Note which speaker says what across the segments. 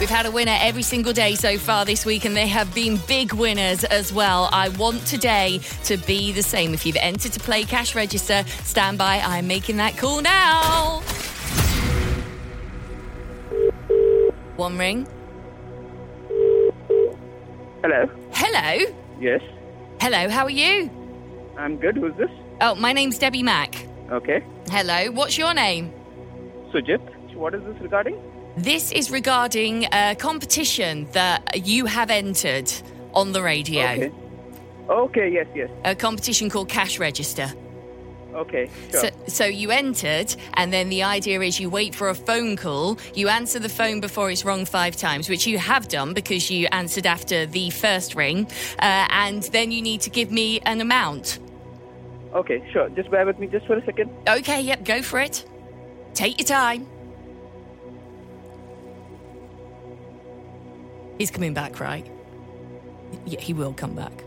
Speaker 1: We've had a winner every single day so far this week, and they have been big winners as well. I want today to be the same. If you've entered to play cash register, stand by. I'm making that call now. One ring.
Speaker 2: Hello.
Speaker 1: Hello.
Speaker 2: Yes.
Speaker 1: Hello, how are you?
Speaker 2: I'm good. Who's this?
Speaker 1: Oh, my name's Debbie Mack.
Speaker 2: Okay.
Speaker 1: Hello, what's your name?
Speaker 2: Sujit. What is this regarding?
Speaker 1: This is regarding a competition that you have entered on the radio.
Speaker 2: Okay. Okay. Yes. Yes.
Speaker 1: A competition called Cash Register.
Speaker 2: Okay. Sure.
Speaker 1: So, so you entered, and then the idea is you wait for a phone call. You answer the phone before it's rung five times, which you have done because you answered after the first ring, uh, and then you need to give me an amount.
Speaker 2: okay. Sure. Just bear with me, just for a second.
Speaker 1: Okay, yep, go for it. Take your time. He's coming back, right? Yeah, he will come back.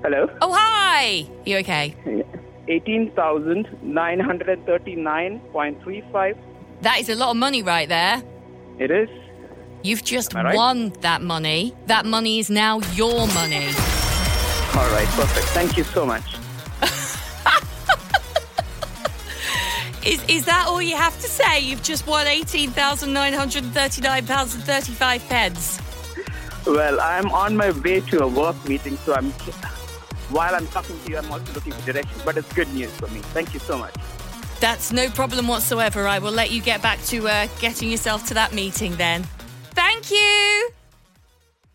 Speaker 2: Hello.
Speaker 1: Oh, hi! You okay?
Speaker 2: Eighteen thousand nine hundred and thirty-nine point three five.
Speaker 1: That is a lot of money right there.
Speaker 2: It is.
Speaker 1: You've just
Speaker 2: I right?
Speaker 1: won that money. That money is now your money.
Speaker 2: All right. Perfect. Thank you so much.
Speaker 1: Is, is that all you have to say? You've just won £18,939.35 pence.
Speaker 2: Well, I'm on my way to a work meeting, so I'm. While I'm talking to you, I'm also looking for direction, but it's good news for me. Thank you so much.
Speaker 1: That's no problem whatsoever. I will let you get back to uh, getting yourself to that meeting then. Thank you.